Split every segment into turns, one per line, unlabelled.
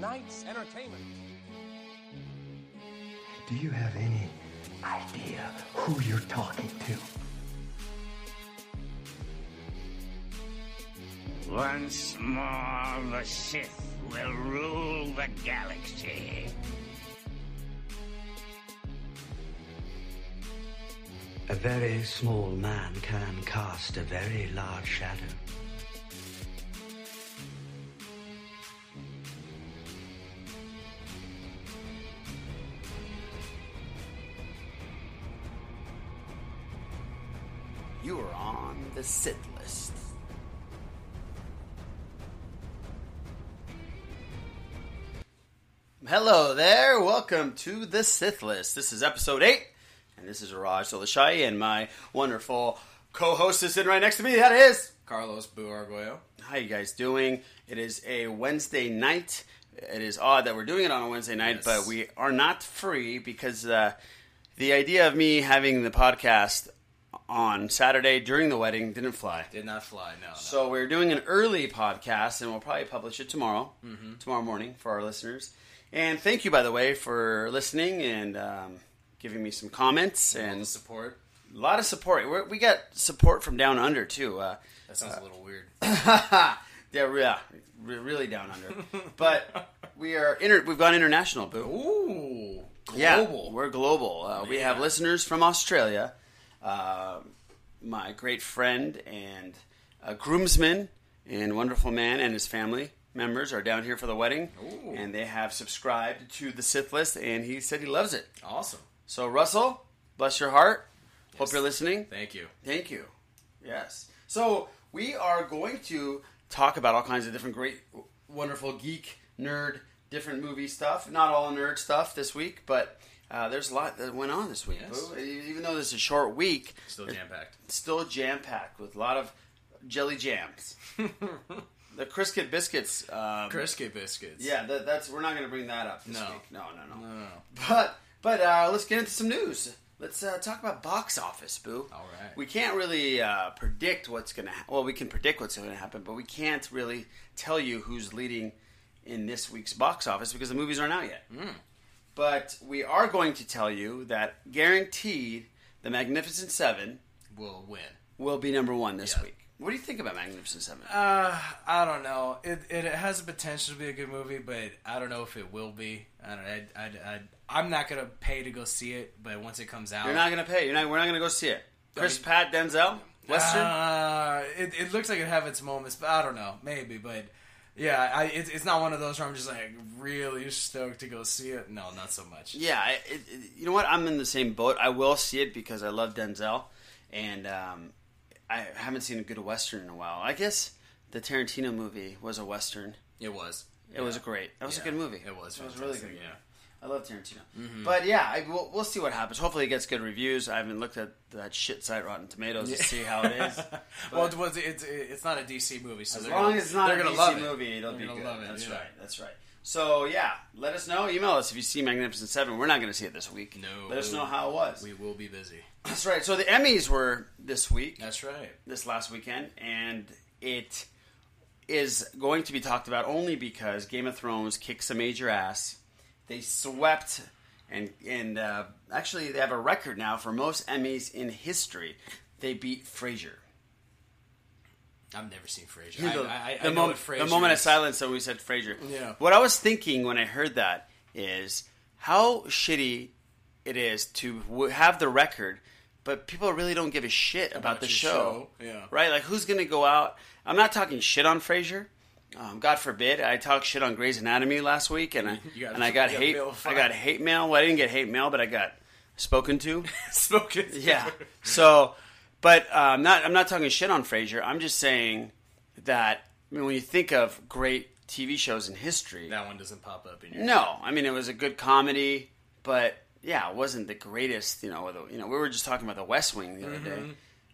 night's entertainment.
Do you have any idea who you're talking to?
Once more, the Sith will rule the galaxy.
A very small man can cast a very large shadow.
You are on the Sith list. Hello there. Welcome to the Sith List. This is episode 8, and this is Raj Solishai, and my wonderful co host is sitting right next to me. That is.
Carlos Boo Arguello.
How you guys doing? It is a Wednesday night. It is odd that we're doing it on a Wednesday night,
Yes.
but we are not free because uh, the idea of me having the podcast on Saturday during the wedding didn't fly.
Did not fly, no. no.
So we're doing an early podcast, and we'll probably publish it tomorrow, tomorrow morning for our listeners. And thank you, by the way, for listening and um, giving me some comments and
the support.
a lot of support. We're, we got support from down under too. Uh,
That sounds a little weird.
yeah, re- yeah, re- really down under. but we are inter- we've gone international, boo.
Ooh,
Yeah,
global.
we're global. Uh, we have listeners from Australia. Uh, my great friend and uh groomsman and wonderful man and his family members are down here for the wedding,
Ooh.
and they have subscribed to the Sith list, and he said he loves it.
awesome.
So Russell, bless your heart. Hope you're listening.
Thank you.
Thank you. Yes. So we are going to talk about all kinds of different great, w- wonderful geek, nerd, different movie stuff. Not all nerd stuff this week, but uh, there's a lot that went on this week.
Yes.
Boo. E- Even though this is a short week,
Still
it-
jam packed.
it's still jam packed with a lot of jelly jams. the Crisket biscuits. Um,
Crisket biscuits.
yeah, that, that's we're not going to bring that up this
No.
week. No, no, no.
No, no, no.
But but uh, let's get into some news. Let's uh, talk about box office, boo.
All right.
We can't really uh, predict what's gonna. Ha- well, we can predict what's gonna happen, but we can't really tell you who's leading in this week's box office because the movies aren't out yet.
Hmm.
But we are going to tell you that guaranteed, The Magnificent Seven
Will win.
will be number one this
Yeah.
week. What do you think about Magnificent Seven?
Uh, I don't know. It, it has the potential to be a good movie, but I don't know if it will be. I don't. I, I, I, I'm not gonna pay to go see it, but once it comes out,
You're not gonna pay. You're not. We're not gonna go see it. Chris
mean-
Pat Denzel Western.
Uh, it, it looks like it have its moments, but I don't know. Maybe, but yeah, I, it, it's not one of those where I'm just like really stoked to go see it. No, not so much.
Yeah, I- it, it, you know what? I'm in the same boat. I will see it because I love Denzel, and um, I haven't seen a good western in a while. I guess the Tarantino movie was a western.
It was.
It was great. It was a
Yeah,
good movie.
it was
It was a really good.
fantastic,
movie.
yeah. Mm-hmm.
I love Tarantino. But yeah, I, we'll, we'll see what happens. Hopefully, it gets good reviews. I haven't looked at that shit site Rotten Tomatoes to see how it is.
well, it was, it's it's not a DC movie, so
As
they're
long
gonna,
as it's not
they're
a
gonna
DC
love
movie,
it.
it'll
They're
be
gonna
good.
love it,
That's
yeah.
right. That's right. So yeah, let us know. Email us if you see Magnificent Seven. We're not going to see it this week.
No.
Let us know how it was.
We will be busy.
That's right. So the Emmys were this week,
That's right.
this last weekend, and it is going to be talked about only because Game of Thrones kicks a major ass. They swept, and and uh, actually they have a record now for most Emmys in history. They beat Frasier.
I've never seen Frasier. I, I, I,
the
know
moment,
what Frasier
the moment of
is.
silence that we said Frasier.
Yeah.
What I was thinking when I heard that is how shitty it is to w- have the record, but people really don't give a shit about, the
your
show.
show, yeah.
Right? Like, who's going to go out? I'm not talking shit on Frasier. Um, God forbid, I talked shit on Grey's Anatomy last week, and I
You got-
and I got
you got
hate.
Bill
I
Fry.
got hate mail. Well, I didn't get hate mail, but I got spoken to.
Spoken.
Yeah. So, but uh, I'm not. I'm not talking shit on Frasier. I'm just saying that I mean, when you think of great TV shows in history,
That one doesn't pop up in your.
no, I mean it was a good comedy, but yeah, it wasn't the greatest. You know, the, you know, we were just talking about The West Wing the other day,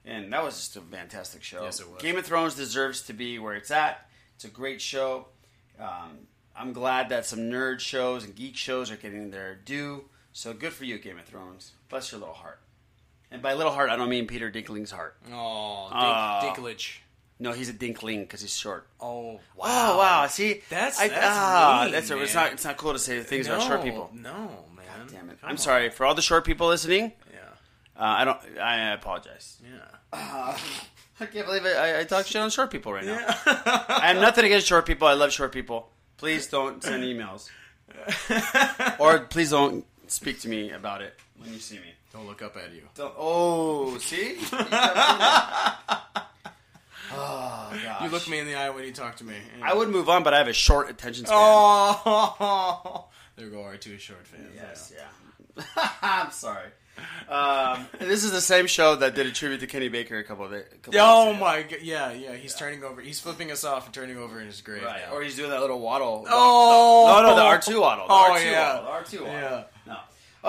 and that was just a fantastic show.
Mm-hmm. Yes, it was.
Game of Thrones deserves to be where it's at. It's a great show. Um, I'm glad that some nerd shows and geek shows are getting their due. So good for you, Game of Thrones. Bless your little heart. And by little heart, I don't mean Peter Dinkling's heart.
Oh,
Aw.
Dinklage.
No, he's a dinkling because he's short.
Oh wow!
Oh wow! See,
That's-
I,
that's
ah,
mean,
that's it's
man.
not it's not cool to say things about short people.
No man.
Damn it!
Come
I'm
on.
sorry for all the short people listening.
Yeah.
Uh, I don't. I apologize.
Yeah.
I can't believe it. I, I talk shit on short people right now. I have nothing against short people. I love short people. Please don't send emails, or please don't speak to me about it when you see me.
Don't look up at you.
Don't, oh, see,
You look me in the eye when you talk to me. and-
I would move on, but I have a short attention span.
Oh, there go our two short fans.
Yes, yeah. I'm sorry. Um, this is the same show that did a tribute to Kenny Baker a couple of days.
Yeah. Oh my god! Yeah, yeah. He's turning over. He's flipping us off and turning over in his grave.
Right,
now.
or he's doing that little waddle.
oh
no, no, the R two waddle. The
Oh,
R2
yeah.
waddle, the R2 waddle.
Yeah.
No.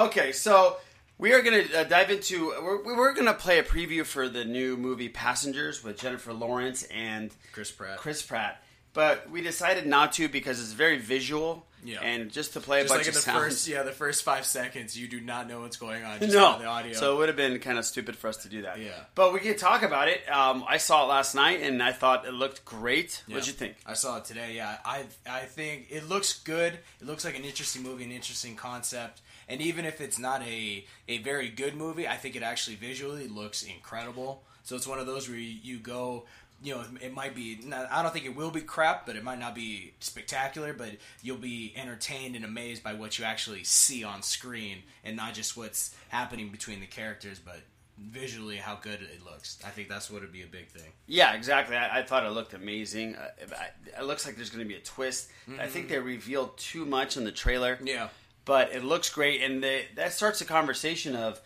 Okay, so we are going to uh, dive into. We're, we we're going to play a preview for the new movie Passengers with Jennifer Lawrence and
Chris Pratt.
Chris Pratt. But we decided not to because it's very visual.
Yeah.
And just to play a
Just
bunch
like in
of
the
sounds.
first, yeah, the first five seconds, you do not know what's going on. Just
no.
on the audio.
So it would have been kind of stupid for us to do that.
Yeah.
But we can talk about it. Um, I saw it last night and I thought it looked great. What'd
Yeah.
you think?
I saw it today. Yeah, I I think it looks good. It looks like an interesting movie, an interesting concept. And even if it's not a a very good movie, I think it actually visually looks incredible. So it's one of those where you, you go, you know, it might be. Not, I don't think it will be crap, but it might not be spectacular. But you'll be entertained and amazed by what you actually see on screen, and not just what's happening between the characters, but visually how good it looks. I think that's what would be a big thing.
Yeah, exactly. I, I thought it looked amazing. Uh, I- it looks like there's going to be a twist. I think they revealed too much in the trailer.
Mm-hmm. Yeah.
But it looks great. And they, that starts a conversation of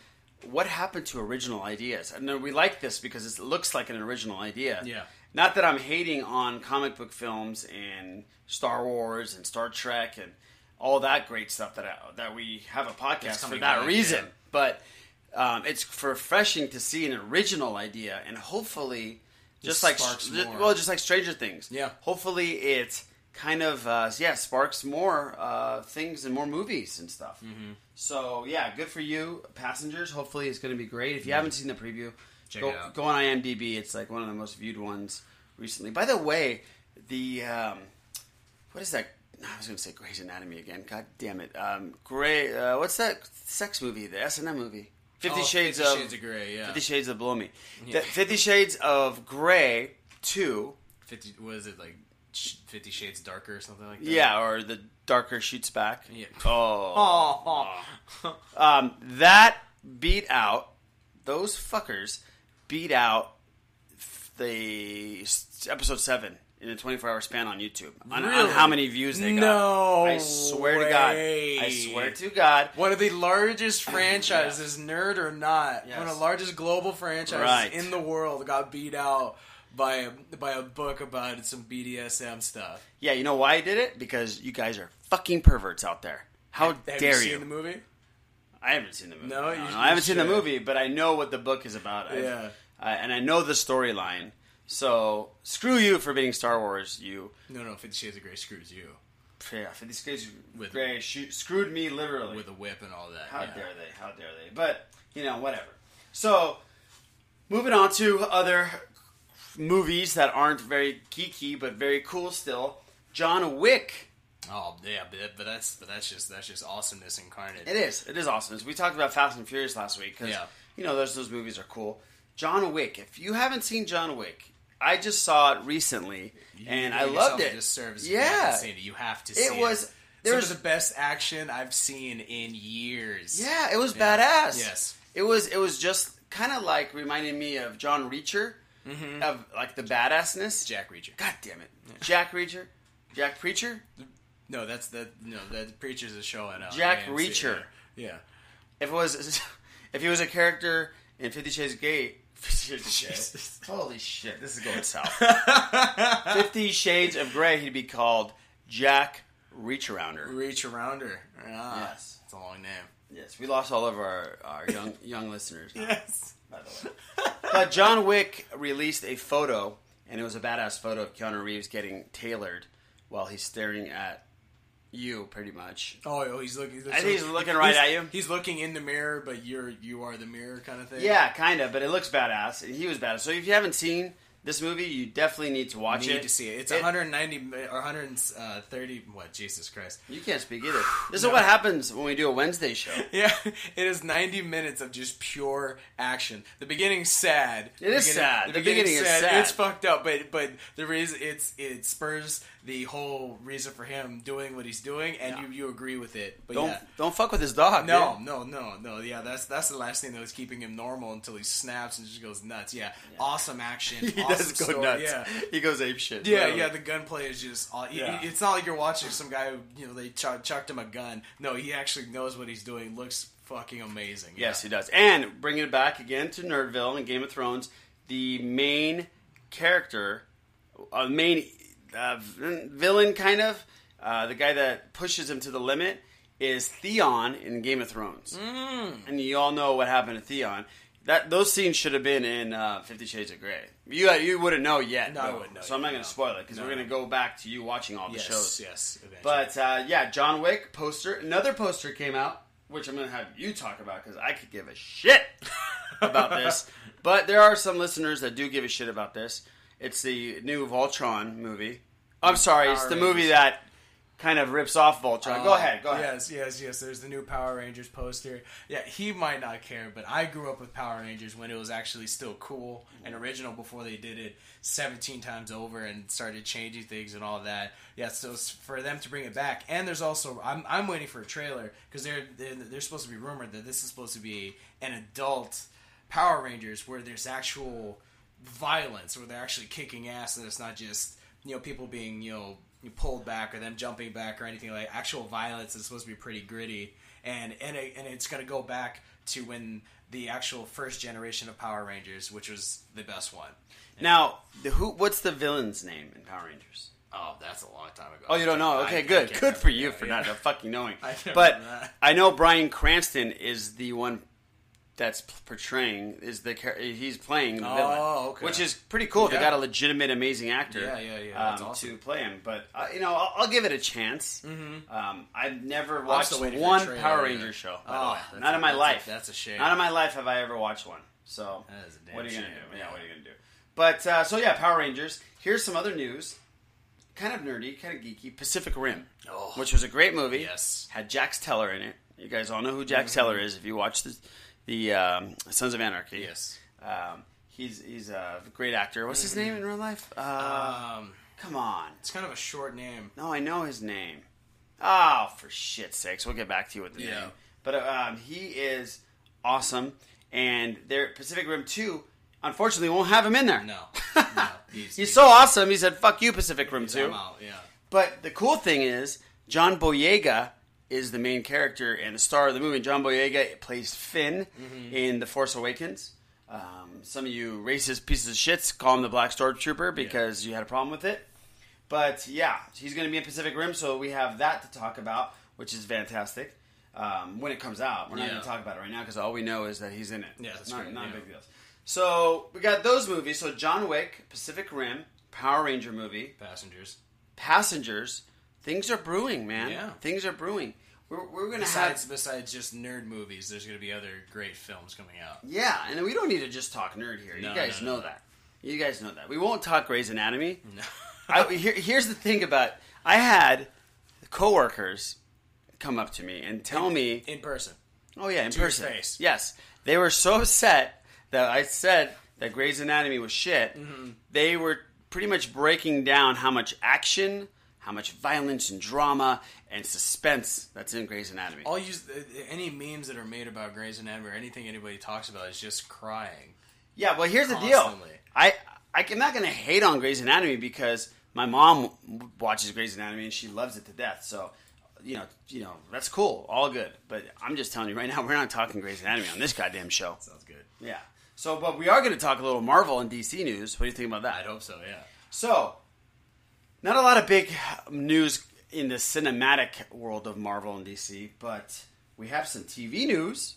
what happened to original ideas. And then we like this because it's- it looks like an original idea.
Yeah.
Not that I'm hating on comic book films and Star Wars and Star Trek and all that great stuff that I, that we have a podcast for
coming
that
back,
reason.
yeah.
But um, it's refreshing to see an original idea, and hopefully, just
Just
like
sparks
ju-
more.
well, just like Stranger Things.
Yeah.
Hopefully, it kind of uh, yeah sparks more uh, things and more movies and stuff.
Mm-hmm.
So yeah, good for you, passengers. Hopefully, it's going to be great. If you haven't seen the
Mm-hmm.
preview,
Check
go,
it out.
go on IMDb. It's like one of the most viewed ones recently. By the way, the um, what is that? I was going to say Grey's Anatomy again. God damn it! Um, Grey, uh, what's that sex movie? The S and M movie. Fifty
Oh,
Shades
Fifty
of
Shades of Grey, yeah.
Fifty Shades of Blow Me. The Fifty Shades of Grey Two.
50 was it like sh- 50 shades darker or something like that
Yeah, or the darker shoots back.
Yeah.
Oh,
oh,
um, that beat out those fuckers. Beat out the s- episode seven in a twenty-four hour span on YouTube on, on
Really?
how many views they got.
No
I swear to God. I
way.
swear to God.
one of the largest franchises nerd or not
Yes.
one of the largest global franchises
Right.
in the world got beat out by a, by a book about some BDSM stuff
Yeah, you know why I did it? Because you guys are fucking perverts out there. How
have
dare
you
you?
seen the movie
I haven't seen the movie.
No, you-
I haven't
you
seen the
should.
movie, but I know what the book is about. I've-
Yeah.
I, and I know the storyline. So screw you for being Star Wars. You
no no 50 shades of gray screws you
yeah, for these guys,
With-
Gray shoo- screwed me literally.
with a whip and all that
How
yeah.
dare they? How dare they? But you know, whatever. So, moving on to other movies that aren't very geeky but very cool still. John Wick.
oh yeah but, but that's but that's just that's just awesomeness incarnate
It is. It is awesome. As we talked about Fast and Furious last week because
Yeah.
you know those those movies are cool. John Wick. If you haven't seen John Wick, I just saw it recently and I loved it.
Just serves
yeah,
you, you have to.
It
see
was-
It.
there
Some
was-
of the best action I've seen in years.
yeah, it was
Yeah.
badass.
Yes.
it was. It was just kind of like reminding me of John Reacher of like the badassness.
Mm-hmm. Jack Reacher.
God damn it, Jack Reacher, Jack Preacher.
No, that's that. No, that preacher's a show and
Jack Reacher.
Yeah.
If it was, if he was a character in Fifty Shades of Gay, Fifty Shades of Gay.
Jesus.
Holy shit, this is going south. Fifty Shades of Grey, he'd be called Jack Reach Arounder.
Reach Arounder. Ah,
Yes.
It's a long name.
Yes, we lost all of our, our young young listeners. now,
Yes.
By the way, but John Wick released a photo, and it was a badass photo of Keanu Reeves getting tailored while he's staring at you, pretty much.
Oh, oh, he's looking.
I think he's looking right at you.
He's looking in the mirror, but you're you are the mirror kind of thing.
Yeah, kind of, but it looks badass, and he was badass. So if you haven't seen This movie, you definitely need to watch
need
it.
to see it. It's
It-
190 mi- or 130. uh, What? Jesus Christ.
You can't speak either. This is what happens when we do a Wednesday show.
Yeah, it is 90 minutes of just pure action. The beginning's sad.
It is
beginning-
sad. The beginning is sad.
It's fucked up, but but the reason it's it spurs the whole reason for him doing what he's doing, and you, you agree with it. But
Don't
yeah.
don't fuck with his dog.
No,
dude.
no, no, no. Yeah, that's that's the last thing that was keeping him normal until he snaps and just goes nuts. Yeah, awesome action.
he
awesome
does go
story.
nuts.
Yeah,
He goes ape shit.
yeah, yeah. The gunplay is just. All,
Yeah.
it- it's not like you're watching some guy. Who, you know, they chuck chucked him a gun. No, he actually knows what he's doing. Looks fucking amazing.
Yes, he
yeah.
does. And bringing it back again to Nerdville and Game of Thrones, the main character, uh, main uh, v- villain, kind of, uh, the guy that pushes him to the limit is Theon in Game of Thrones. Mm. And you all know what happened to Theon. That those scenes should have been in uh, Fifty Shades of Grey. You you wouldn't know yet.
No, I
though.
wouldn't know
So I'm not
yet,
going
no.
to spoil it because
No,
we're going to
no.
go back to you watching all the
Yes,
shows.
yes. Eventually.
But uh, yeah, John Wick poster. Another poster came out, which I'm going to have you talk about because I could give a shit about this. But there are some listeners that do give a shit about this. It's the new Voltron movie. I'm sorry, it's
Power
the movie
Rangers.
that kind of rips off Voltron. go ahead, go ahead.
Uh, Yes, yes, yes. There's the new Power Rangers poster. Yeah, he might not care, but I grew up with Power Rangers when it was actually still cool and
Mm-hmm.
original before they did it 17 times over and started changing things and all that. Yeah, so it's for them to bring it back, and there's also I'm, I'm waiting for a trailer because they're, they're they're supposed to be rumored that this is supposed to be an adult Power Rangers where there's actual violence where they're actually kicking ass and it's not just you know people being you know pulled back or them jumping back or anything like actual violence is supposed to be pretty gritty and and, it, and it's going to go back to when the actual first generation of power rangers which was the best one
Now, the, who? What's the villain's name in Power Rangers?
oh that's a long time ago
Oh, you don't know?
I-
Okay,
I
good.
can't
Good for
remember.
you
Yeah,
for
yeah.
not fucking knowing.
I can't
but
remember that.
I know Brian Cranston is the one that's p- portraying is the char- he's playing the
Oh,
villain,
okay.
which is pretty cool. They
Yeah.
got a legitimate, amazing actor,
Yeah, yeah, yeah. That's
um,
awesome. Mm-hmm.
to play him. But uh, you know, I'll, I'll give it a chance. Um, I've never watched
still waiting for the
one
trailer,
Power
yeah.
Ranger show. By
Oh,
the way.
that's
not
a-
in my
that's a-
life.
that's a shame.
Not in my life have I ever watched one. So
That is a damn
what are you
shame,
gonna do? Yeah,
yeah.
what are you gonna do? But uh, so yeah, Power Rangers. Here's some other news kind of nerdy, kind of geeky, Pacific Rim,
Oh.
which was a great movie.
Yes. Mm-hmm.
had Jax Teller in it. You guys all know who Jax Teller is if you watch the, the um, Sons of Anarchy.
Yes. Mm-hmm.
um, he's he's a great actor. What's his name in real life? Uh,
um
come on,
it's kind of a short name
no, I know his name. Oh, for shit's sakes, we'll get back to you with the
Yeah.
name. But um, he is awesome, and their Pacific Rim Two, unfortunately, won't have him in there.
no, no. he's,
He's so awesome. He said, "Fuck you, Pacific Rim
he's-
2.
I'm out, yeah
But the cool thing is, John Boyega is the main character and the star of the movie. John Boyega plays Finn
Mm-hmm.
in The Force Awakens. Um, some of you racist pieces of shits call him the Black Stormtrooper because you had a problem with it. But yeah, he's going to be in Pacific Rim, so we have that to talk about, which is fantastic. Um, when it comes out, we're not
Yeah.
going to talk about it right now because all we know is that he's in it.
Yeah, that's
not,
great,
not
yeah.
big deals. So we got those movies. So John Wick, Pacific Rim, Power Ranger movie,
passengers
passengers, things are brewing, man.
Yeah.
Things are brewing. We're, we're going to
besides
have.
besides just nerd movies there's going to be other great films coming out
Yeah, and we don't need to just talk nerd here.
No,
you guys
no, no.
know that. You guys know that. We won't talk Grey's Anatomy. I, here, here's the thing about I had coworkers come up to me and tell me,
in person
oh yeah, in
your
person.
face.
Yes, they were so upset that I said that Grey's Anatomy was shit.
Mm-hmm.
They were pretty much breaking down how much action, how much violence and drama and suspense that's in Grey's Anatomy.
All you uh, any memes that are made about Grey's Anatomy or anything anybody talks about is just crying.
Yeah, well, here's the
Constantly.
deal. I, I am not gonna hate on Grey's Anatomy because my mom w- watches Grey's Anatomy and she loves it to death. So, you know, you know that's cool, all good. But I'm just telling you right now, we're not talking Grey's Anatomy on this goddamn show.
Sounds good.
Yeah. So, but we are gonna talk a little Marvel and DC news. What do you think about
I'd
that?
hope so. Yeah.
So, not a lot of big news in the cinematic world of Marvel and DC, but we have some TV news.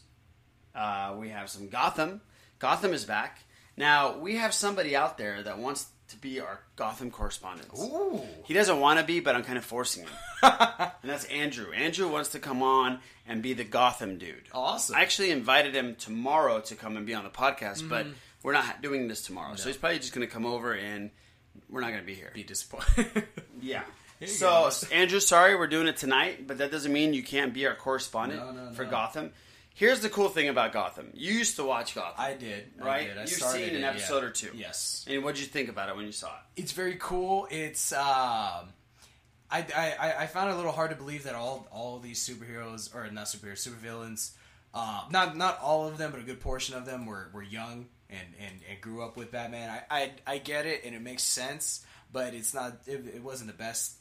Uh, we have some Gotham. Gotham is back. Now, we have somebody out there that wants to be our Gotham correspondent.
Ooh.
He doesn't want to be, but I'm kind of forcing him. and that's Andrew. Andrew wants to come on and be the Gotham dude.
Awesome. Mm.
I actually invited him tomorrow to come and be on the podcast, but we're not doing this tomorrow. So he's probably just going to come over and we're not going to be here.
Be disappointed.
Yeah.
Here you
So,
go.
s- Andrew, sorry we're doing it tonight, but that doesn't mean you can't be our correspondent
No, no,
for
no.
Gotham. Here's the cool thing about Gotham. You used to watch Gotham.
I did. I
Right?
did. I
You've
started
seen an
it, yeah.
episode or two.
Yes.
And what did you think about it when you saw it?
it's very cool. It's um, I, I I- I found it a little hard to believe that all all these superheroes or not superheroes supervillains, uh, not not all of them, but a good portion of them were were young and and, and grew up with Batman. I, I I get it and it makes sense, but it's not. It, it wasn't the best.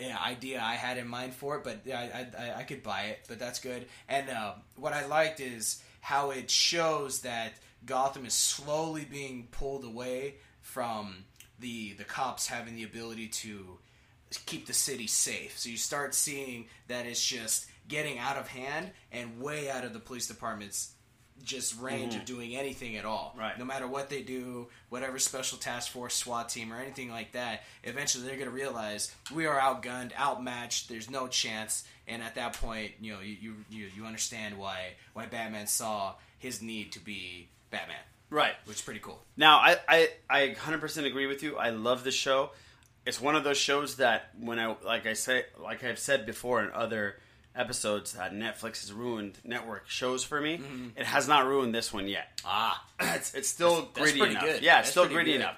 Yeah, idea I had in mind for it, but yeah, I, I, I could buy it, but that's good. And uh, what I liked is how it shows that Gotham is slowly being pulled away from the the cops having the ability to keep the city safe. So you start seeing that it's just getting out of hand and way out of the police department's just range of doing anything at all.
Mm-hmm. Right.
No matter what they do, whatever special task force, SWAT team, or anything like that, eventually they're going to realize we are outgunned, outmatched. There's no chance. And at that point, you know, you you, you, you understand why why Batman saw his need to be Batman,
Right.
which is pretty cool.
Now, I, I, I 100% agree with you. I love the show. It's one of those shows that when I like I say like I've said before in other episodes that Netflix has ruined network shows for me. It has not ruined this one yet.
Ah,
it's, it's still gritty
pretty
enough.
good.
Yeah,
That's
it's still
pretty
gritty
good.
enough.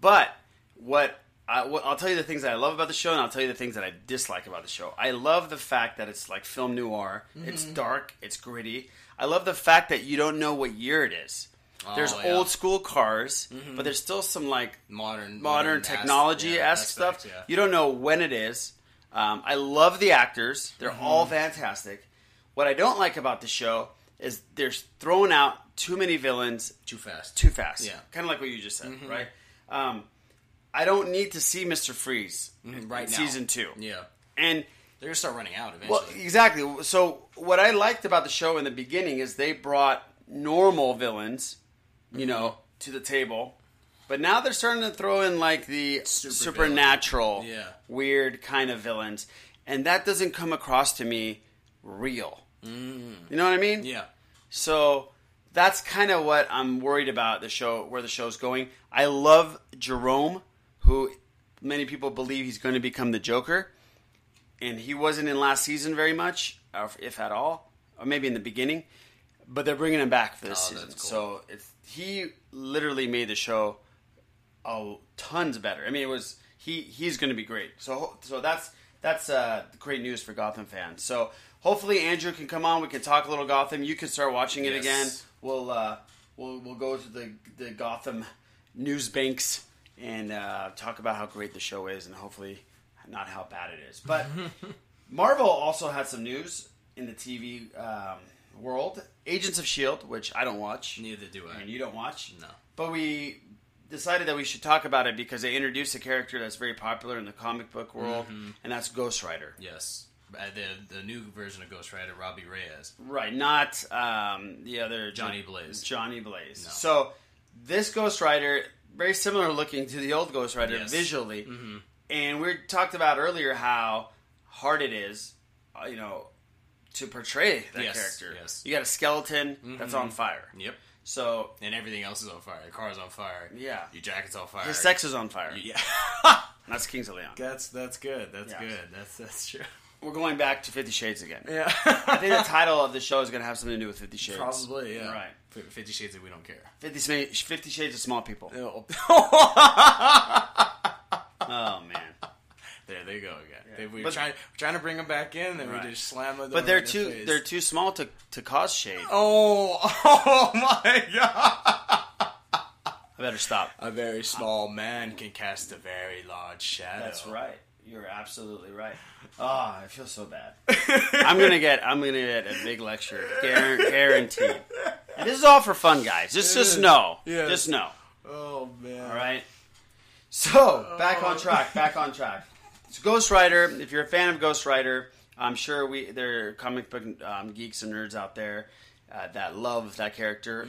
But what, I, what I'll tell you the things that I love about the show, and I'll tell you the things that I dislike about the show. I love the fact that it's like film noir. It's
Mm-hmm.
dark. It's gritty. I love the fact that you don't know what year it is. there's
Oh, yeah. Mm-hmm.
old school cars, but there's still some like
modern
modern
aspect-
technology
yeah,
esque stuff.
aspect, yeah.
You don't know when it is. Um, I love the actors; they're
Mm-hmm.
all fantastic. What I don't like about the show is they're throwing out too many villains
Too fast. Mm-hmm.
too fast.
Yeah.
kind of like what you just said, right? Um, I don't need to see Mister Freeze
Mm-hmm, right
in
now.
season two,
Yeah.
and
They're gonna start running out eventually.
well, exactly. So what I liked about the show in the beginning is they brought normal villains, you
Mm-hmm.
know, to the table. But now they're starting to throw in like the
Super
supernatural,
villain. Yeah.
weird kind of villains, and that doesn't come across to me real. You know what I mean?
Mm. yeah.
So that's kind of what I'm worried about the show, where the show's going. I love Jerome, who many people believe he's going to become the Joker, and he wasn't in last season very much, or if at all, or maybe in the beginning. But they're bringing him back for this
Oh,
season,
that's cool.
so it's, he literally made the show a tons better. I mean, it was he he's going to be great. So so that's that's uh, great news for Gotham fans. So hopefully Andrew can come on. We can talk a little Gotham. You can start watching it
Yes.
again. We'll uh, we'll we'll go to the the Gotham news banks and uh, talk about how great the show is and hopefully not how bad it is. But Marvel also had some news in the TV um, world. Agents of Shield, which I don't watch
Neither do I.
and you don't watch.
No.
But we decided that we should talk about it because they introduced a character that's very popular in the comic book world,
Mm-hmm.
and that's Ghost Rider.
Yes. Uh, the the new version of Ghost Rider, Robbie Reyes.
Right, not um, the other
Johnny Blaze.
Johnny Blaze.
No.
So this Ghost Rider, very similar looking to the old Ghost Rider
Yes. Mm-hmm.
visually, and we talked about earlier how hard it is, uh, you know, to portray that
Yes,
character.
yes. Mm-hmm.
You got a skeleton that's on fire.
Yep.
So
And everything else is on fire. Your car's on fire.
Yeah.
Your jacket's on fire.
his sex is on fire.
Yeah.
And that's Kings of Leon.
that's that's good. That's
Yeah.
good. That's that's true.
We're going back to Fifty Shades again.
Yeah.
I think the title of the show is going to have something to do with Fifty Shades.
Probably. Yeah.
Right.
F- Fifty Shades of We Don't Care.
50, Sma- 50 Shades of Small People. Oh, man.
there they go again. They- we
But-
were trying trying to bring them back in, then
Right.
we just slam them.
But they're too they're too small to, to cause shade.
Oh, oh my god!
I better stop.
A very small man can cast a very large shadow.
That's right. You're absolutely right. Ah, I feel so bad. I'm gonna get I'm gonna get a big lecture, guar- guaranteed. And this is all for fun, guys. Just just
is.
know,
Yes.
just know.
Oh man!
All right. So back on track. Back on track. So Ghost Rider. If you're a fan of Ghost Rider, I'm sure we there are comic book um, geeks and nerds out there uh, that love that character.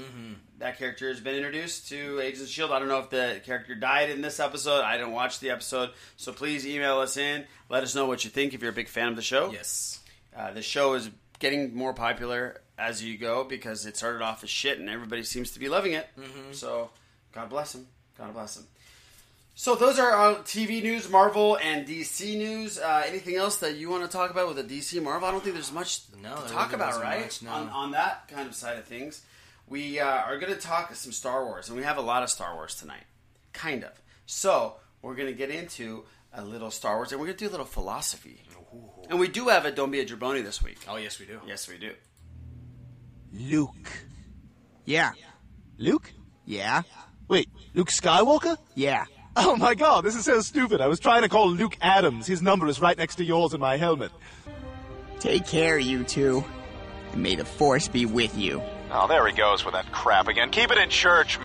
That character has been introduced to Agents of Shield. I don't know if the character died in this episode. I didn't watch the episode, so please email us in. Let us know what you think if you're a big fan of the show.
Yes.
Uh, the show is getting more
Mm-hmm.
popular as you go because it started off as shit and everybody seems to be loving it. So God bless him. God bless him. So those are our TV news, Marvel and DC news. Uh, anything else that you want to talk about with the DC Marvel? I don't think there's much
No,
to
there
talk
really
about,
wasn't
right?
much, no.
on, on that kind of side of things, we uh, are going to talk some Star Wars, and we have a lot of Star Wars tonight, kind of. So we're going to get into a little Star Wars, and we're going to do a little philosophy. And we do have a Don't Be a Jabroni this week.
Oh yes, we do.
Yes, we do.
Luke. Yeah. Luke? Yeah. Wait, Luke Skywalker?
Yeah.
Oh my god, this is so stupid. I was trying to call Luke Adams. His number is right next to yours in my helmet.
Take care, you two. And may the force be with you.
Oh, there he goes with that crap again. Keep it in church.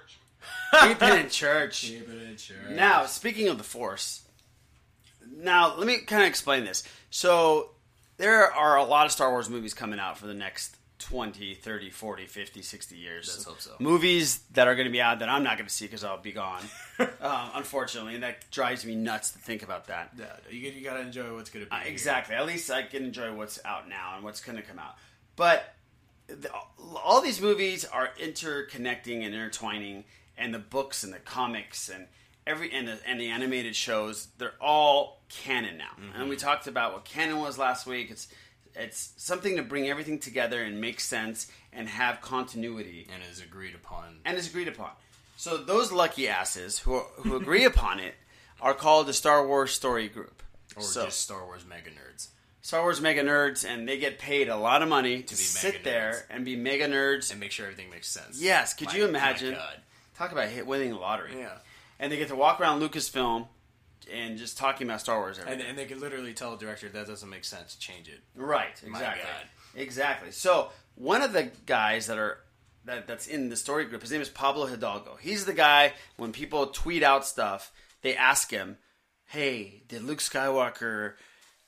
Keep it in church. Now, speaking of the Force, now let me kind of explain this. So, there are a lot of Star Wars movies coming out for the next 20, 30, 40, 50, 60 years. Let's
hope so.
Movies that are going to be out that I'm not going to see because I'll be gone, um, unfortunately, and that drives me nuts to think about that.
Yeah, you, you gotta enjoy what's gonna be.
Uh, exactly. At least I can enjoy what's out now and what's going to come out. But the, all these movies are interconnecting and intertwining, and the books and the comics and every and the, and the animated shows they're all canon now. And
Mm-hmm.
we talked about what canon was last week. It's it's something to bring everything together and make sense and have continuity
And is agreed upon.
and is agreed upon. So those lucky asses who who agree upon it are called the Star Wars Story Group.
Or
so,
just Star Wars mega nerds.
Star Wars mega nerds, and they get paid a lot of money to,
be
sit
mega
there
nerds.
and be mega nerds.
And make sure everything makes sense.
yes, could
My-
you
my
imagine?
God.
Talk about hit winning the lottery.
Yeah.
and they get to walk around Lucasfilm and just talking about Star Wars. Every
And,
day.
and they can literally tell a director that doesn't make sense. Change it.
right?
My
Exactly.
God.
Exactly. So one of the guys that are that, that's in the story group, his name is Pablo Hidalgo. He's the guy when people tweet out stuff, they ask him, "Hey, did Luke Skywalker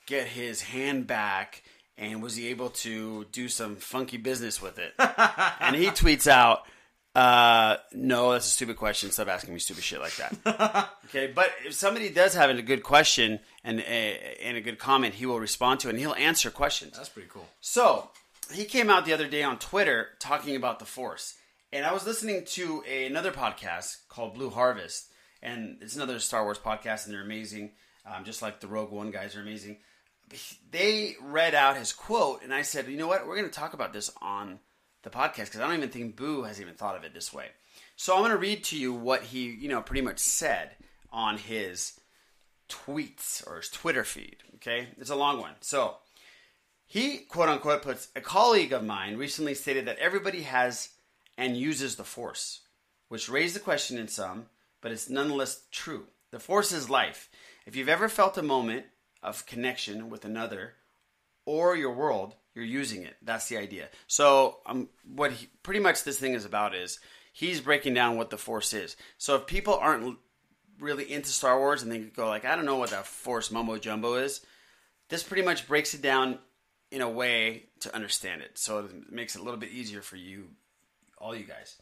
get his hand back?" And was he able to do some funky business with it? and he tweets out, uh, "No, that's a stupid question. Stop asking me stupid shit like that." okay, but if somebody does have a good question and a, and a good comment, he will respond to it and he'll answer questions.
That's pretty cool.
So he came out the other day on Twitter talking about the Force, and I was listening to a, another podcast called Blue Harvest, and it's another Star Wars podcast, and they're amazing, um, just like the Rogue One guys are amazing. They read out his quote, and I said, "You know what? We're going to talk about this on the podcast because I don't even think Boo has even thought of it this way." So I'm going to read to you what he, you know, pretty much said on his tweets or his Twitter feed. Okay, it's a long one, so. He, quote unquote, puts a colleague of mine recently stated that everybody has and uses the force, which raised the question in some, but it's nonetheless true. The force is life. If you've ever felt a moment of connection with another or your world, you're using it. That's the idea. So, um, what he, pretty much this thing is about is he's breaking down what the force is. So, if people aren't l- really into Star Wars and they go like, I don't know what that force mumbo jumbo is, this pretty much breaks it down in a way to understand it. So it makes it a little bit easier for you, all you guys.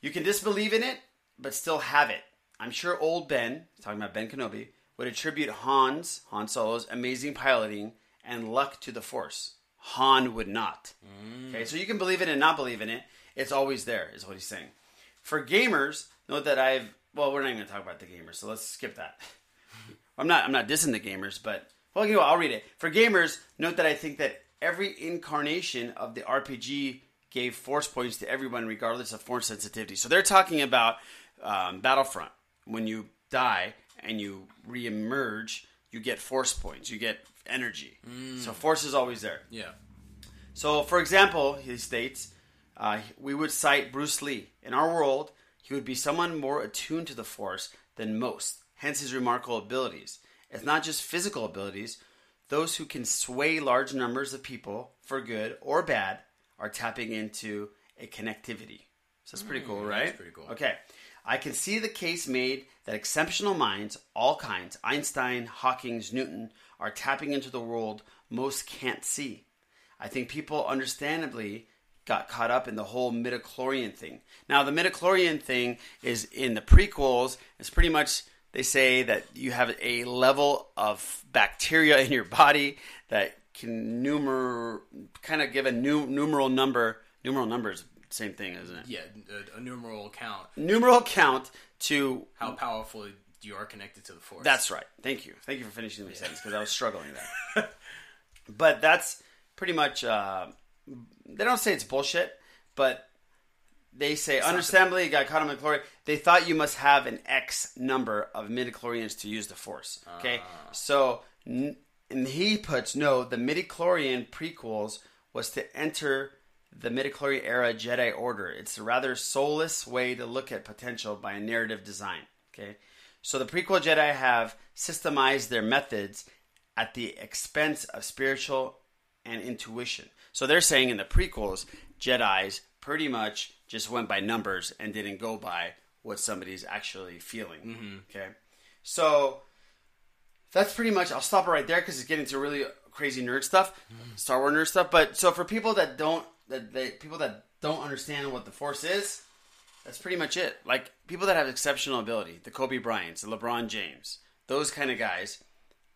You can disbelieve in it, but still have it. I'm sure old Ben, talking about Ben Kenobi, would attribute Han's, Han Solo's amazing piloting and luck to the Force. Han would not. Okay, so you can believe in it and not believe in it. It's always there, is what he's saying. For gamers, note that I've well, we're not even gonna talk about the gamers, so let's skip that. I'm not I'm not dissing the gamers, but well, you know, I'll read it. For gamers, note that I think that every incarnation of the RPG gave force points to everyone, regardless of force sensitivity. So they're talking about um, Battlefront. When you die and you reemerge, you get force points. You get energy. So force is always there.
Yeah.
So, for example, he states, uh, we would cite Bruce Lee. In our world, he would be someone more attuned to the Force than most, hence his remarkable abilities. It's not just physical abilities, those who can sway large numbers of people for good or bad are tapping into a connectivity. So that's pretty cool, right?
Hmm, pretty cool.
Okay. I can see the case made that exceptional minds, all kinds, Einstein, Hawking's, Newton, are tapping into the world most can't see. I think people understandably got caught up in the whole midichlorian thing. Now, the midichlorian thing is in the prequels. It's pretty much they say that you have a level of bacteria in your body that can numer kind of give a new numeral number. Numeral numbers same thing, isn't it?
Yeah, a, a numeral count.
Numeral count to
How powerful you are connected to the force.
Mm. That's right. Thank you. Thank you for finishing my sentence because I was struggling there. but that's pretty much. Uh, they don't say it's bullshit, but they say understandably it got caught in midichlorian. They thought you must have an X number of midichlorians to use the Force. Okay, so n- and he puts no. The midichlorian prequels was to enter. The midichlorian era Jedi Order. It's a rather soulless way to look at potential by narrative design. Okay, so the prequel Jedi have systemized their methods at the expense of spiritual and intuition. So they're saying in the prequels, Jedi's pretty much just went by numbers and didn't go by what somebody's actually feeling. Okay, so that's pretty much. I'll stop it right there because it's getting to really crazy nerd stuff, Star Wars nerd stuff. But so for people that don't that they, people that don't understand what the Force is, that's pretty much it. Like people that have exceptional ability, the Kobe Bryants, the LeBron James, those kind of guys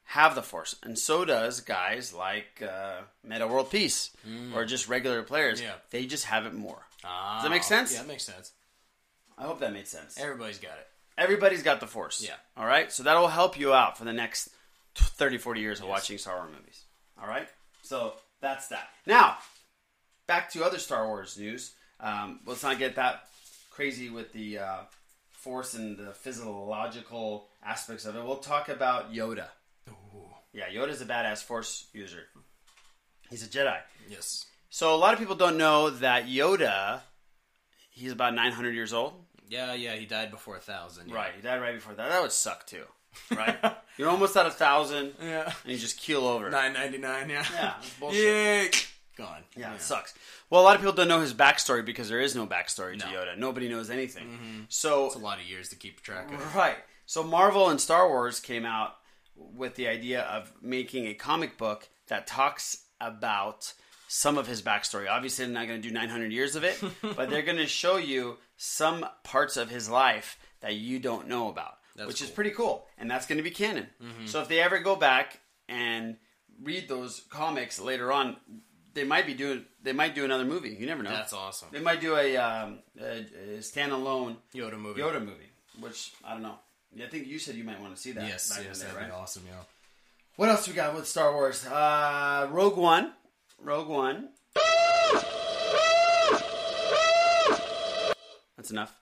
have the force, and so does guys like uh, Meta World Peace or just regular players.
Hmm. Yeah.
They just have it more.
Ah,
Does that make sense?
Yeah, it makes sense.
I hope that made sense.
Everybody's got it.
Everybody's got the force.
Yeah.
All right. So that'll help you out for the next 30, 40 years of watching Star Wars movies. All right. So that's that. Now, back to other Star Wars news. Um, let's not get that crazy with the uh, force and the physiological aspects of it. We'll talk about Yoda. Yeah, Yoda's a badass force user. He's a Jedi.
Yes.
So a lot of people don't know that Yoda, he's about 900 years old.
Yeah, yeah. He died before a thousand. yeah.
Right, you died right before that. That would suck too. Right, you're almost at a thousand,
Yeah.
and you just keel over.
Nine ninety nine. Yeah.
Yeah, it's
bullshit. Gone.
Yeah, it sucks. Well, a lot of people don't know his backstory because there is no backstory to Yoda. Nobody knows anything. So
It's a lot of years to keep track of.
Right. So Marvel and Star Wars came out with the idea of making a comic book that talks about some of his backstory. Obviously, they're not going to do 900 years of it, but they're going to show you some parts of his life that you don't know about, which is pretty cool. And that's going to be canon. So if they ever go back and read those comics later on, they might be doing. They might do another movie. You never know.
That's awesome.
Oh. They might do a, um, a, a standalone
Yoda movie.
Yoda movie, which I don't know. Yeah, I think you said you might want to see that.
Yes,
back in
yes,
the day,
that'd
right?
be awesome, yo.
What else we got with Star Wars? Uh, Rogue One. Rogue One. That's enough.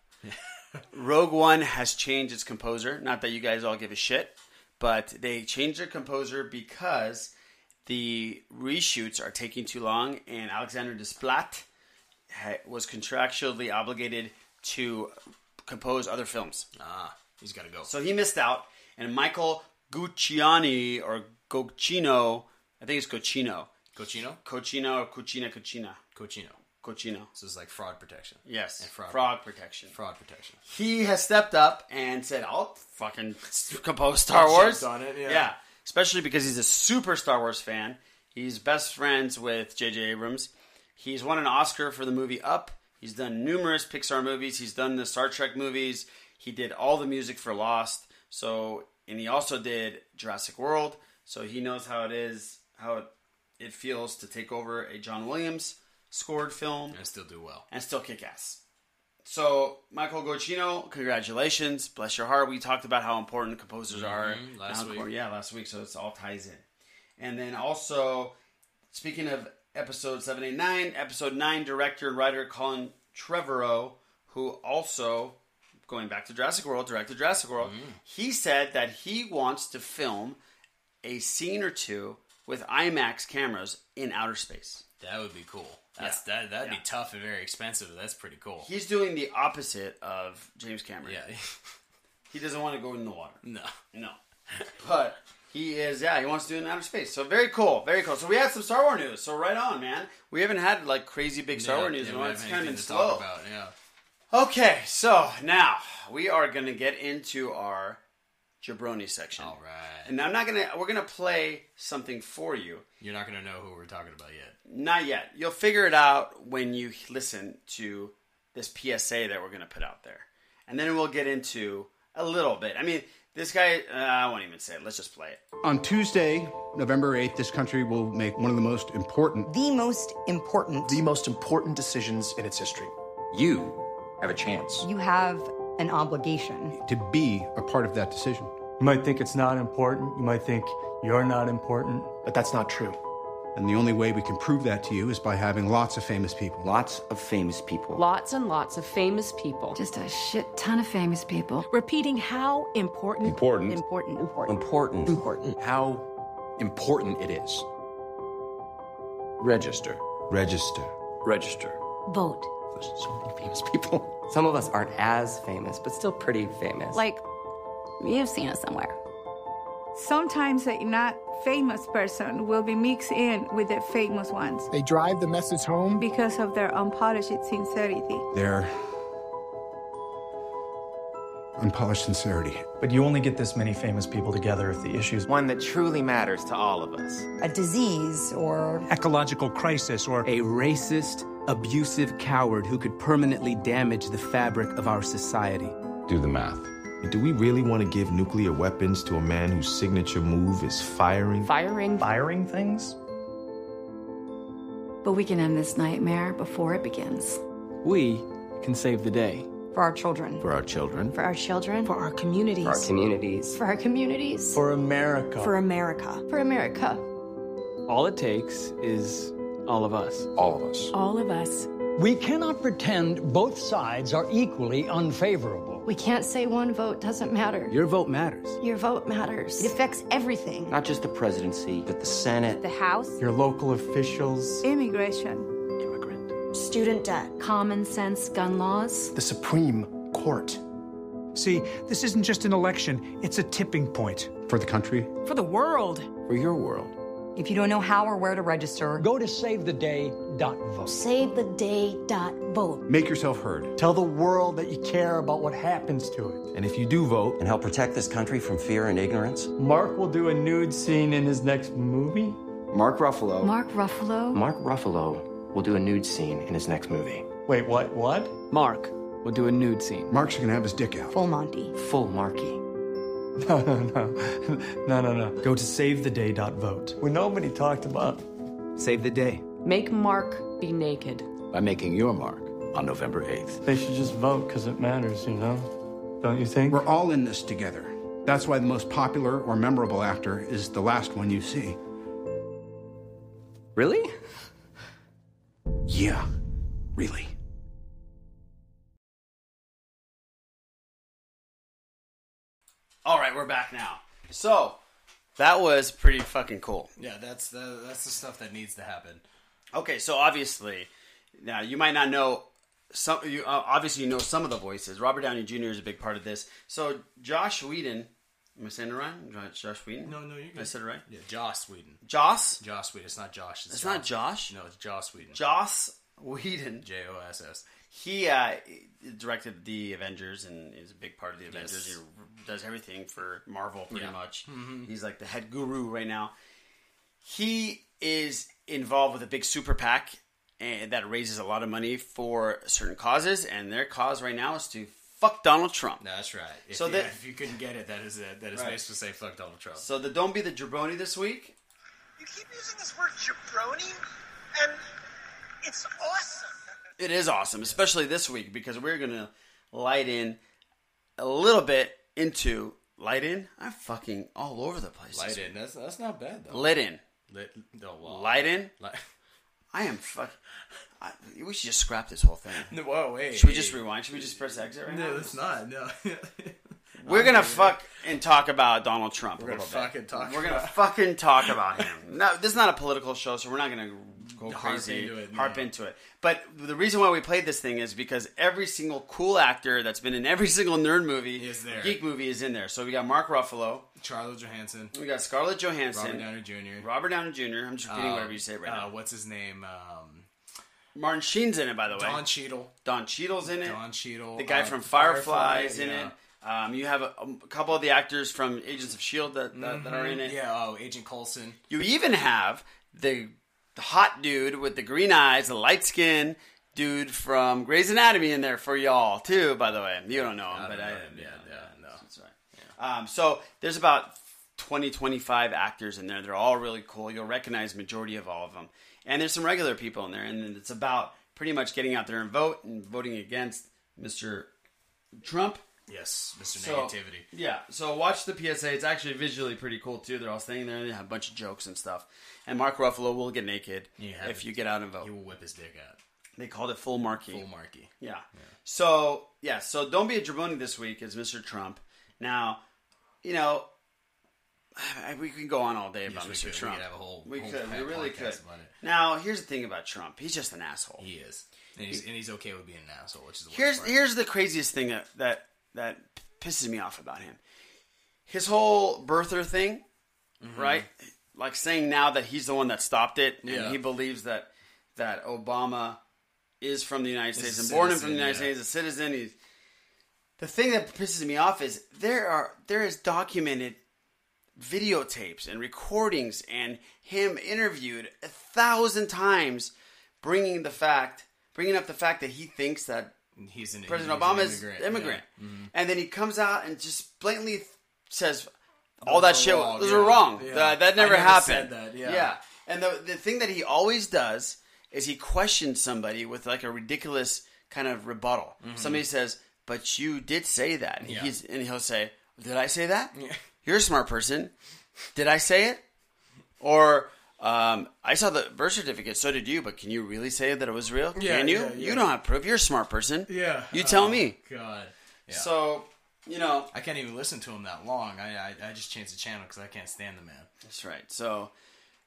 Rogue One has changed its composer. Not that you guys all give a shit, but they changed their composer because the reshoots are taking too long, and Alexander Desplat ha- was contractually obligated to compose other films.
Ah, he's got to go.
So he missed out, and Michael Gucciani or Gocchino, I think it's Gocchino,
Cochino?
Cochino or Cucina Cucina,
Cochino.
Cochino.
So it's like fraud protection.
Yes,
And fraud,
frog protection.
Fraud protection.
He has stepped up and said, "I'll fucking compose Star Wars
on it, yeah.
especially because he's a super Star Wars fan. He's best friends with J.J. Abrams. He's won an Oscar for the movie Up. He's done numerous Pixar movies. He's done the Star Trek movies. He did all the music for Lost. So, and he also did Jurassic World. So he knows how it is, how it, it feels to take over a John Williams scored film
And still do well.
and still kick ass. So, Michael Gocchino, congratulations. Bless your heart. We talked about how important composers are.
Mm-hmm. last
How
week.
important- Yeah, last week. So, it's all ties in. And then also, speaking of episode 789, episode 9 director and writer Colin Trevorrow, who also, going back to Jurassic World, directed Jurassic World,
Mm.
he said that he wants to film a scene or two with IMAX cameras in outer space.
That would be cool. That's that. That'd be tough and very expensive. but That's pretty cool.
He's doing the opposite of James Cameron.
yeah.
He doesn't want to go in the water.
no.
No. But he is, yeah, he wants to do it in outer space. So very cool, very cool. So we had some Star Wars news. So right on, man. We haven't had like crazy big Star
Yeah,
Wars news.
yeah,
in a
we
while.
don't
it's
have
kind of been
anything to
slow.
talk about. Yeah.
Okay, so now we are going to get into our jabroni section.
All right.
And I'm not going to, we're going to play something for you.
You're not gonna know who we're talking about yet.
Not yet. You'll figure it out when you listen to this PSA that we're going to put out there. And then we'll get into a little bit. I mean, this guy, uh, I won't even say it. Let's just play it.
On Tuesday, November 8th, this country will make one of the most important,
The most important.
The most important decisions in its history.
You have a chance.
You have an obligation.
to be a part of that decision.
You might think it's not important. You might think you're not important.
But that's not true. And the only way we can prove that to you is by having lots of famous people.
Lots of famous people.
Lots and lots of famous people. Just a shit ton of famous people. Repeating how important.
Important.
Important. Important.
Important. Important. How important it is. Register. Register. Register.
Vote.
Famous people. Some of us aren't as famous, but still pretty famous.
Like, you've seen us somewhere. Sometimes a not famous person will be mixed in with the famous ones
They drive the message home.
because of their unpolished sincerity.
Their unpolished sincerity.
But you only get this many famous people together if the issue's one that truly matters to all of us.
a disease or
ecological crisis or a racist, abusive coward who could permanently damage the fabric of our society.
Do the math. Do we really want to give nuclear weapons to a man whose signature move is firing?
Firing.
Firing things?
But we can end this nightmare before it begins.
We can save the day.
For our children.
For our children.
For our children. For our communities.
communities.
For our communities.
For America.
For America. For America.
All it takes is all of us.
All of us.
All of us.
We cannot pretend both sides are equally unfavorable.
We can't say one vote doesn't matter.
Your vote matters.
Your vote matters. It affects everything.
Not just the presidency, but the Senate.
The House.
Your local officials.
Immigration.
Student debt. Common sense gun laws.
The Supreme Court.
See, this isn't just an election, it's a tipping point.
For the country,
for the world.
for your world.
If you don't know how or where to register, go to savetheday.vote.
Save the day dot vote.
Make yourself heard.
Tell the world that you care about what happens to it.
And if you do vote, and help protect this country from fear and ignorance,
Mark will do a nude scene in his next movie?
Mark Ruffalo.
Mark Ruffalo.
Mark Ruffalo will do a nude scene in his next movie.
Wait, what? What?
Mark will do a nude scene.
Mark's gonna have his dick out.
Full Monty.
Full Marky.
No, no, no. No, no, no. Go to savetheday.vote. Where nobody talked about.
Save the day
Make Mark be naked.
by making your mark on November 8th.
They should just vote because it matters, you know? Don't you think?
We're all in this together. That's why the most popular or memorable actor is the last one you see.
Really?
Yeah, really.
All right, we're back now. So that was pretty fucking cool.
Yeah, that's the that's the stuff that needs to happen.
Okay, so obviously, now you might not know some. You uh, obviously you know some of the voices. Robert Downey Jr. is a big part of this. So Josh Whedon, am I saying it right? Josh- Josh Whedon.
No, no, you
I said it right.
Yeah, Joss Whedon.
Joss.
Joss Whedon. It's not Josh. It's,
It's not Josh.
No, it's Joss Whedon.
Joss Whedon.
J O S S.
He uh, directed the Avengers and is a big part of the Avengers.
Yes.
He does everything for Marvel pretty
Yeah.
much.
Mhm.
He's like the head guru right now. He is involved with a big super PAC and that raises a lot of money for certain causes, and their cause right now is to fuck Donald Trump.
No, that's right. If
So
you,
that-
if you couldn't get it, that is it. That is
Right.
basically say fuck Donald Trump.
So the Don't Be the Jabroni this week.
You keep using this word jabroni, and it's awesome.
It is awesome, especially this week because we're gonna light in a little bit into light in. I'm fucking all over the place.
Light in. That's that's not bad though.
Lit in.
Lit. No, well,
Light in.
Light.
I am fuck. I, we should just scrap this whole thing.
No, whoa, wait.
Should we just rewind? Should we just press exit right
No,
now?
it's not. No.
We're gonna fuck and talk about Donald Trump.
We're
a
gonna
little bit.
fucking talk.
We're gonna fucking talk about him. No, this is not a political show, so we're not gonna go
Harp
crazy,
into it,
harp
no.
into it. But the reason why we played this thing is because every single cool actor that's been in every single nerd movie,
Is there.
geek movie, is in there. So we got Mark Ruffalo,
Charles Johansson.
we got Scarlett Johansson,
Robert Downey Jr.
Robert Downey Jr. I'm just repeating
Um,
whatever you say right
uh,
now.
What's his name? Um,
Martin Sheen's in it, by the way.
Don Cheadle.
Don Cheadle's in it.
Don Cheadle.
The guy
uh,
from Firefly is in
yeah.
it. Um, you have a, a couple of the actors from Agents of Shield E that, that, that are in
Mhm.
it.
Yeah. Oh, Agent Coulson.
You even have the, the hot dude with the green eyes, the light skin dude from Grey's Anatomy in there for y'all too. By the way, you don't know him,
I
but
don't
I,
know him, yeah, yeah, no.
that's right. Um, so there's about 20, 25 actors in there. They're all really cool. You'll recognize majority of all of them, and there's some regular people in there. And then it's about pretty much getting out there and vote and voting against Mr. Trump.
Yes, Mr.
So-
Negativity.
Yeah. So watch the PSA. It's actually visually pretty cool too. They're all standing there. They have a bunch of jokes and stuff. And Mark Ruffalo will get naked if you get out and vote. He will whip his dick out. They called it full marquee. Full marquee. Yeah. So yeah. So don't be a jabroni this week, is Mr. Trump. Now, you know, I- we can go on all day about
we
Mr.
could. We
Trump.
could have a whole-
We
whole
could. We
entire
really
podcast
could.
about it.
Now, here's the thing about Trump. He's just an asshole. He is.
And he's, and he's okay with being an asshole, which is the worst
Here's
part.
here's the craziest thing that, that that pisses me off about him. His whole birther thing,
Mhm.
right? Like saying now that he's the one that stopped it, and
Yeah.
he believes that that Obama is from the United
Is a
States and born him from
citizen,
the United
yeah.
States, a citizen. He's the thing that pisses me off is there are there is documented videotapes and recordings and him interviewed a thousand times bringing the fact bringing up the fact that he thinks that
he's an
President
he's an
Obama is
immigrant,
immigrant,
yeah. Mm-hmm.
and then he comes out and just blatantly th- says all that
Those are
shit
wrong,
those
yeah.
are wrong
Yeah.
that,
I
that never
never
happened
said that, yeah.
and the the thing that he always does is he questions somebody with like a ridiculous kind of rebuttal
Mhm.
somebody says but you did say that and
Yeah.
he's and he'll say did I say that
Yeah.
you're a smart person did I say it or um, I saw the birth certificate. So did you, but can you really say that it was real?
Yeah,
can you?
yeah, yeah.
You don't have proof. You're a smart person.
Yeah.
You tell
Oh,
me.
God. Yeah.
So, you know,
I can't even listen to him that long. I I, I just changed the channel because I can't stand the man.
That's right. So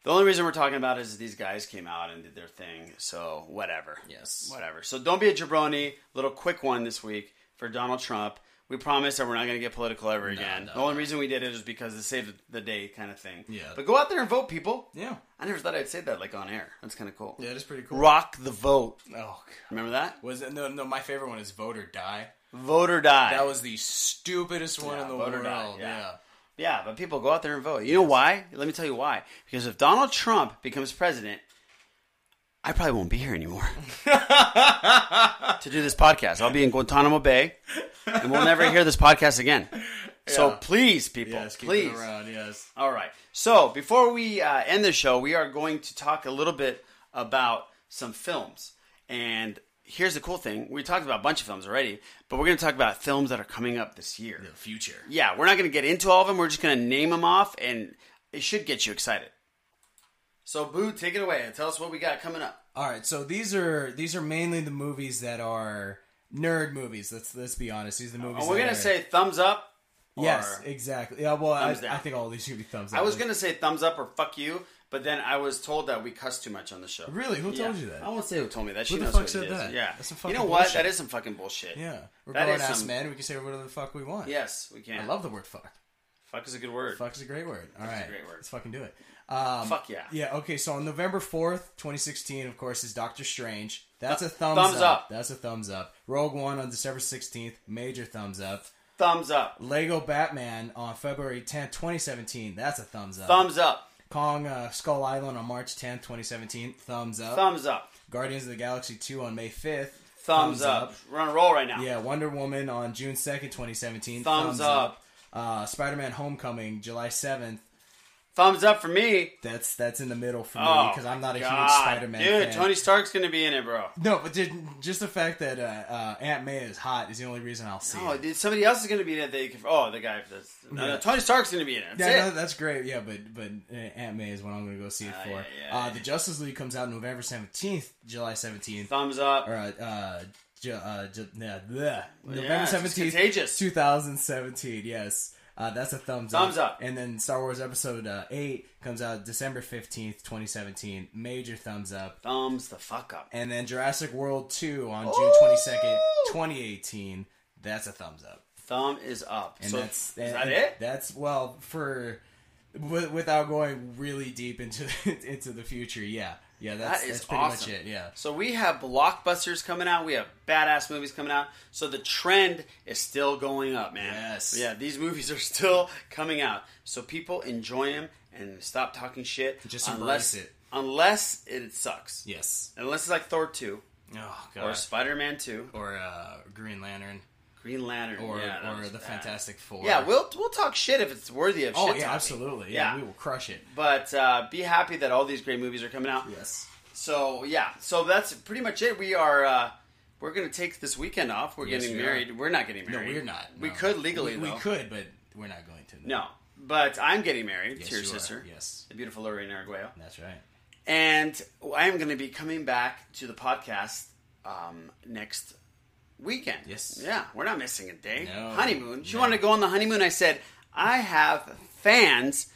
the only reason we're talking about it is these guys came out and did their thing. So whatever. Yes. Whatever. So don't be a jabroni. Little quick one this week for Donald Trump. We promise that we're not going to get political ever again. the only reason we did it is because it saved the day kind of thing.
Yeah.
But go out there and vote, people.
Yeah.
I never thought I'd say that like on air. That's kind of cool.
Yeah, it is pretty cool.
Rock the vote.
Oh,
Remember that?
Was it, no no my favorite one is vote or die.
Vote or die.
That was the stupidest one in the
vote
world.
or die,
yeah.
Yeah, but people go out there and vote. You know why? Let me tell you why. Because if Donald Trump becomes president, I probably won't be here anymore to do this podcast. I'll be in Guantanamo Bay, and we'll never hear this podcast again. So
Yeah.
please, people,
Yes, keep
please.
it around. Yes.
All right. So before we uh, end the show, we are going to talk a little bit about some films. And here's the cool thing: we talked about a bunch of films already, but we're going to talk about films that are coming up this year, the
future.
Yeah, we're not going to get into all of them. We're just going to name them off, and it should get you excited. So, Boo, take it away and tell us what we got coming up.
All right, so these are these are mainly the movies that are nerd movies. Let's let's be honest. These are the movies.
Are we
that
going
are-
to say thumbs up? or-
yes, exactly. Yeah, well, I,
Thumbs down.
I think all these should be thumbs up.
I was going to say thumbs up or fuck you, but then I was told that we cuss too much on the show.
Really? Who
Yeah.
told you that?
I won't say who told me that.
Who
she
the
knows
fuck
what it
said
is.
that?
Yeah,
That's some
you
fucking
know what?
bullshit.
That is some fucking bullshit.
Yeah, we're
That
grown
is
ass
some-
men. We can say whatever the fuck we want.
Yes, we can.
I love the word fuck.
Fuck is a good word.
Fuck is a great word. All
Fuck is a
right,
great word.
Let's fucking do it. Um,
Fuck yeah.
Yeah. Okay. So on November fourth, twenty sixteen, of course, is Doctor Strange. That's a thumbs,
thumbs
up. That's a thumbs up. Rogue One on December sixteenth, major thumbs up.
Thumbs up.
Lego Batman on February tenth, twenty seventeen. That's a thumbs up.
Thumbs up.
Kong uh, Skull Island on March tenth, twenty seventeen. Thumbs up.
Thumbs up.
Guardians of the Galaxy two on May fifth.
Thumbs, up. We're on a roll right now.
Yeah, Wonder Woman on June 2nd, 2017.
Thumbs
Uh, Spider Man Homecoming, July 7th.
Thumbs up for me.
That's that's in the middle for me
Oh,
because I'm not a
God.
huge Spider Man
Dude,
fan.
Tony Stark's gonna be in it, bro.
No, but just, just the fact that uh, uh, Aunt May is hot is the only reason I'll see
Oh,
it.
dude, somebody else is gonna be in it. They can, oh, the guy. That's, no, no,
Yeah.
Tony Stark's gonna be in it. That's
yeah,
it.
no, that's great. Yeah, but but uh, Aunt May is what I'm going to go see it
Ah,
for. uh, The Justice League comes out November 17th, July 17th.
Thumbs up.
Or, uh, uh, ju- uh, ju- nah, bleh.
Well,
November
yeah, it's
17th,
contagious.
2017. Yes. Uh, that's a thumbs,
Thumbs up.
And then Star Wars Episode uh, 8 comes out December 15th, 2017. Major thumbs up.
Thumbs the fuck up.
And then Jurassic World 2 on June 22nd, 2018. That's a thumbs up.
Thumb is up.
And
so
that's
is
and
that it?
That's well for wi- without going really deep into into the future. Yeah, yeah, that's,
That is
that's pretty
awesome.
much it. Yeah,
So we have blockbusters coming out. We have badass movies coming out. So the trend is still going up, man. Yes. Yeah, these movies are still coming out. So people enjoy them and stop talking shit.
Just
unless,
embrace it.
Unless it sucks.
Yes.
Unless it's like Thor two.
Oh,
Or
God.
Spider Man two.
Or uh, Green Lantern.
Green Lantern.
or
yeah, that
or
was
the
bad.
Fantastic Four.
Yeah, we'll we'll talk shit if it's worthy of
Oh
shit.
yeah,
talking.
absolutely. Yeah, we will crush it.
But uh, be happy that all these great movies are coming out.
Yes.
So yeah, so that's pretty much it. We are uh, we're gonna take this weekend off. We're
Yes,
getting
we are.
married. We're not getting
No,
married.
we're not,
We
no.
could legally.
We- we
though.
could, but we're not going to.
No, but I'm getting married
Yes,
to your
you are.
sister.
Yes.
the beautiful Lorena Arguello.
That's right.
And I am going to be coming back to the podcast um, next weekend. Yes. Yeah, we're not missing a day.
No.
honeymoon. She wanted to go on the honeymoon. I said, I have fans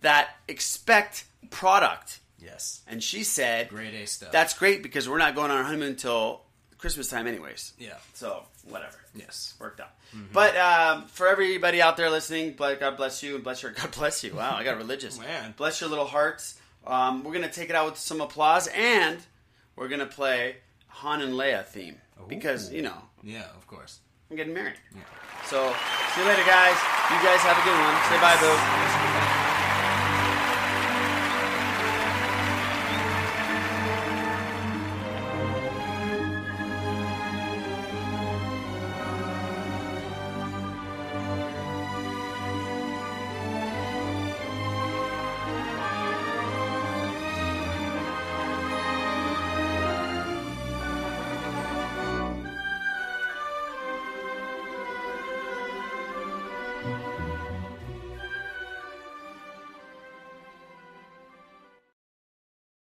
that expect product.
Yes.
And she said,
Grade A stuff.
That's great because we're not going on our honeymoon until Christmas time, anyways.
Yeah.
So whatever.
Yes. Mm-hmm.
Worked out. But um, for everybody out there listening, bl- God bless you and bless your God bless you. Wow, I got religious. Man, bless your little hearts. Um, we're gonna take it out with some applause, and we're gonna play Han and Leia theme because you know
Yeah, of course.
I'm getting married. So see you later, guys. You guys have a good one. Say bye, boo.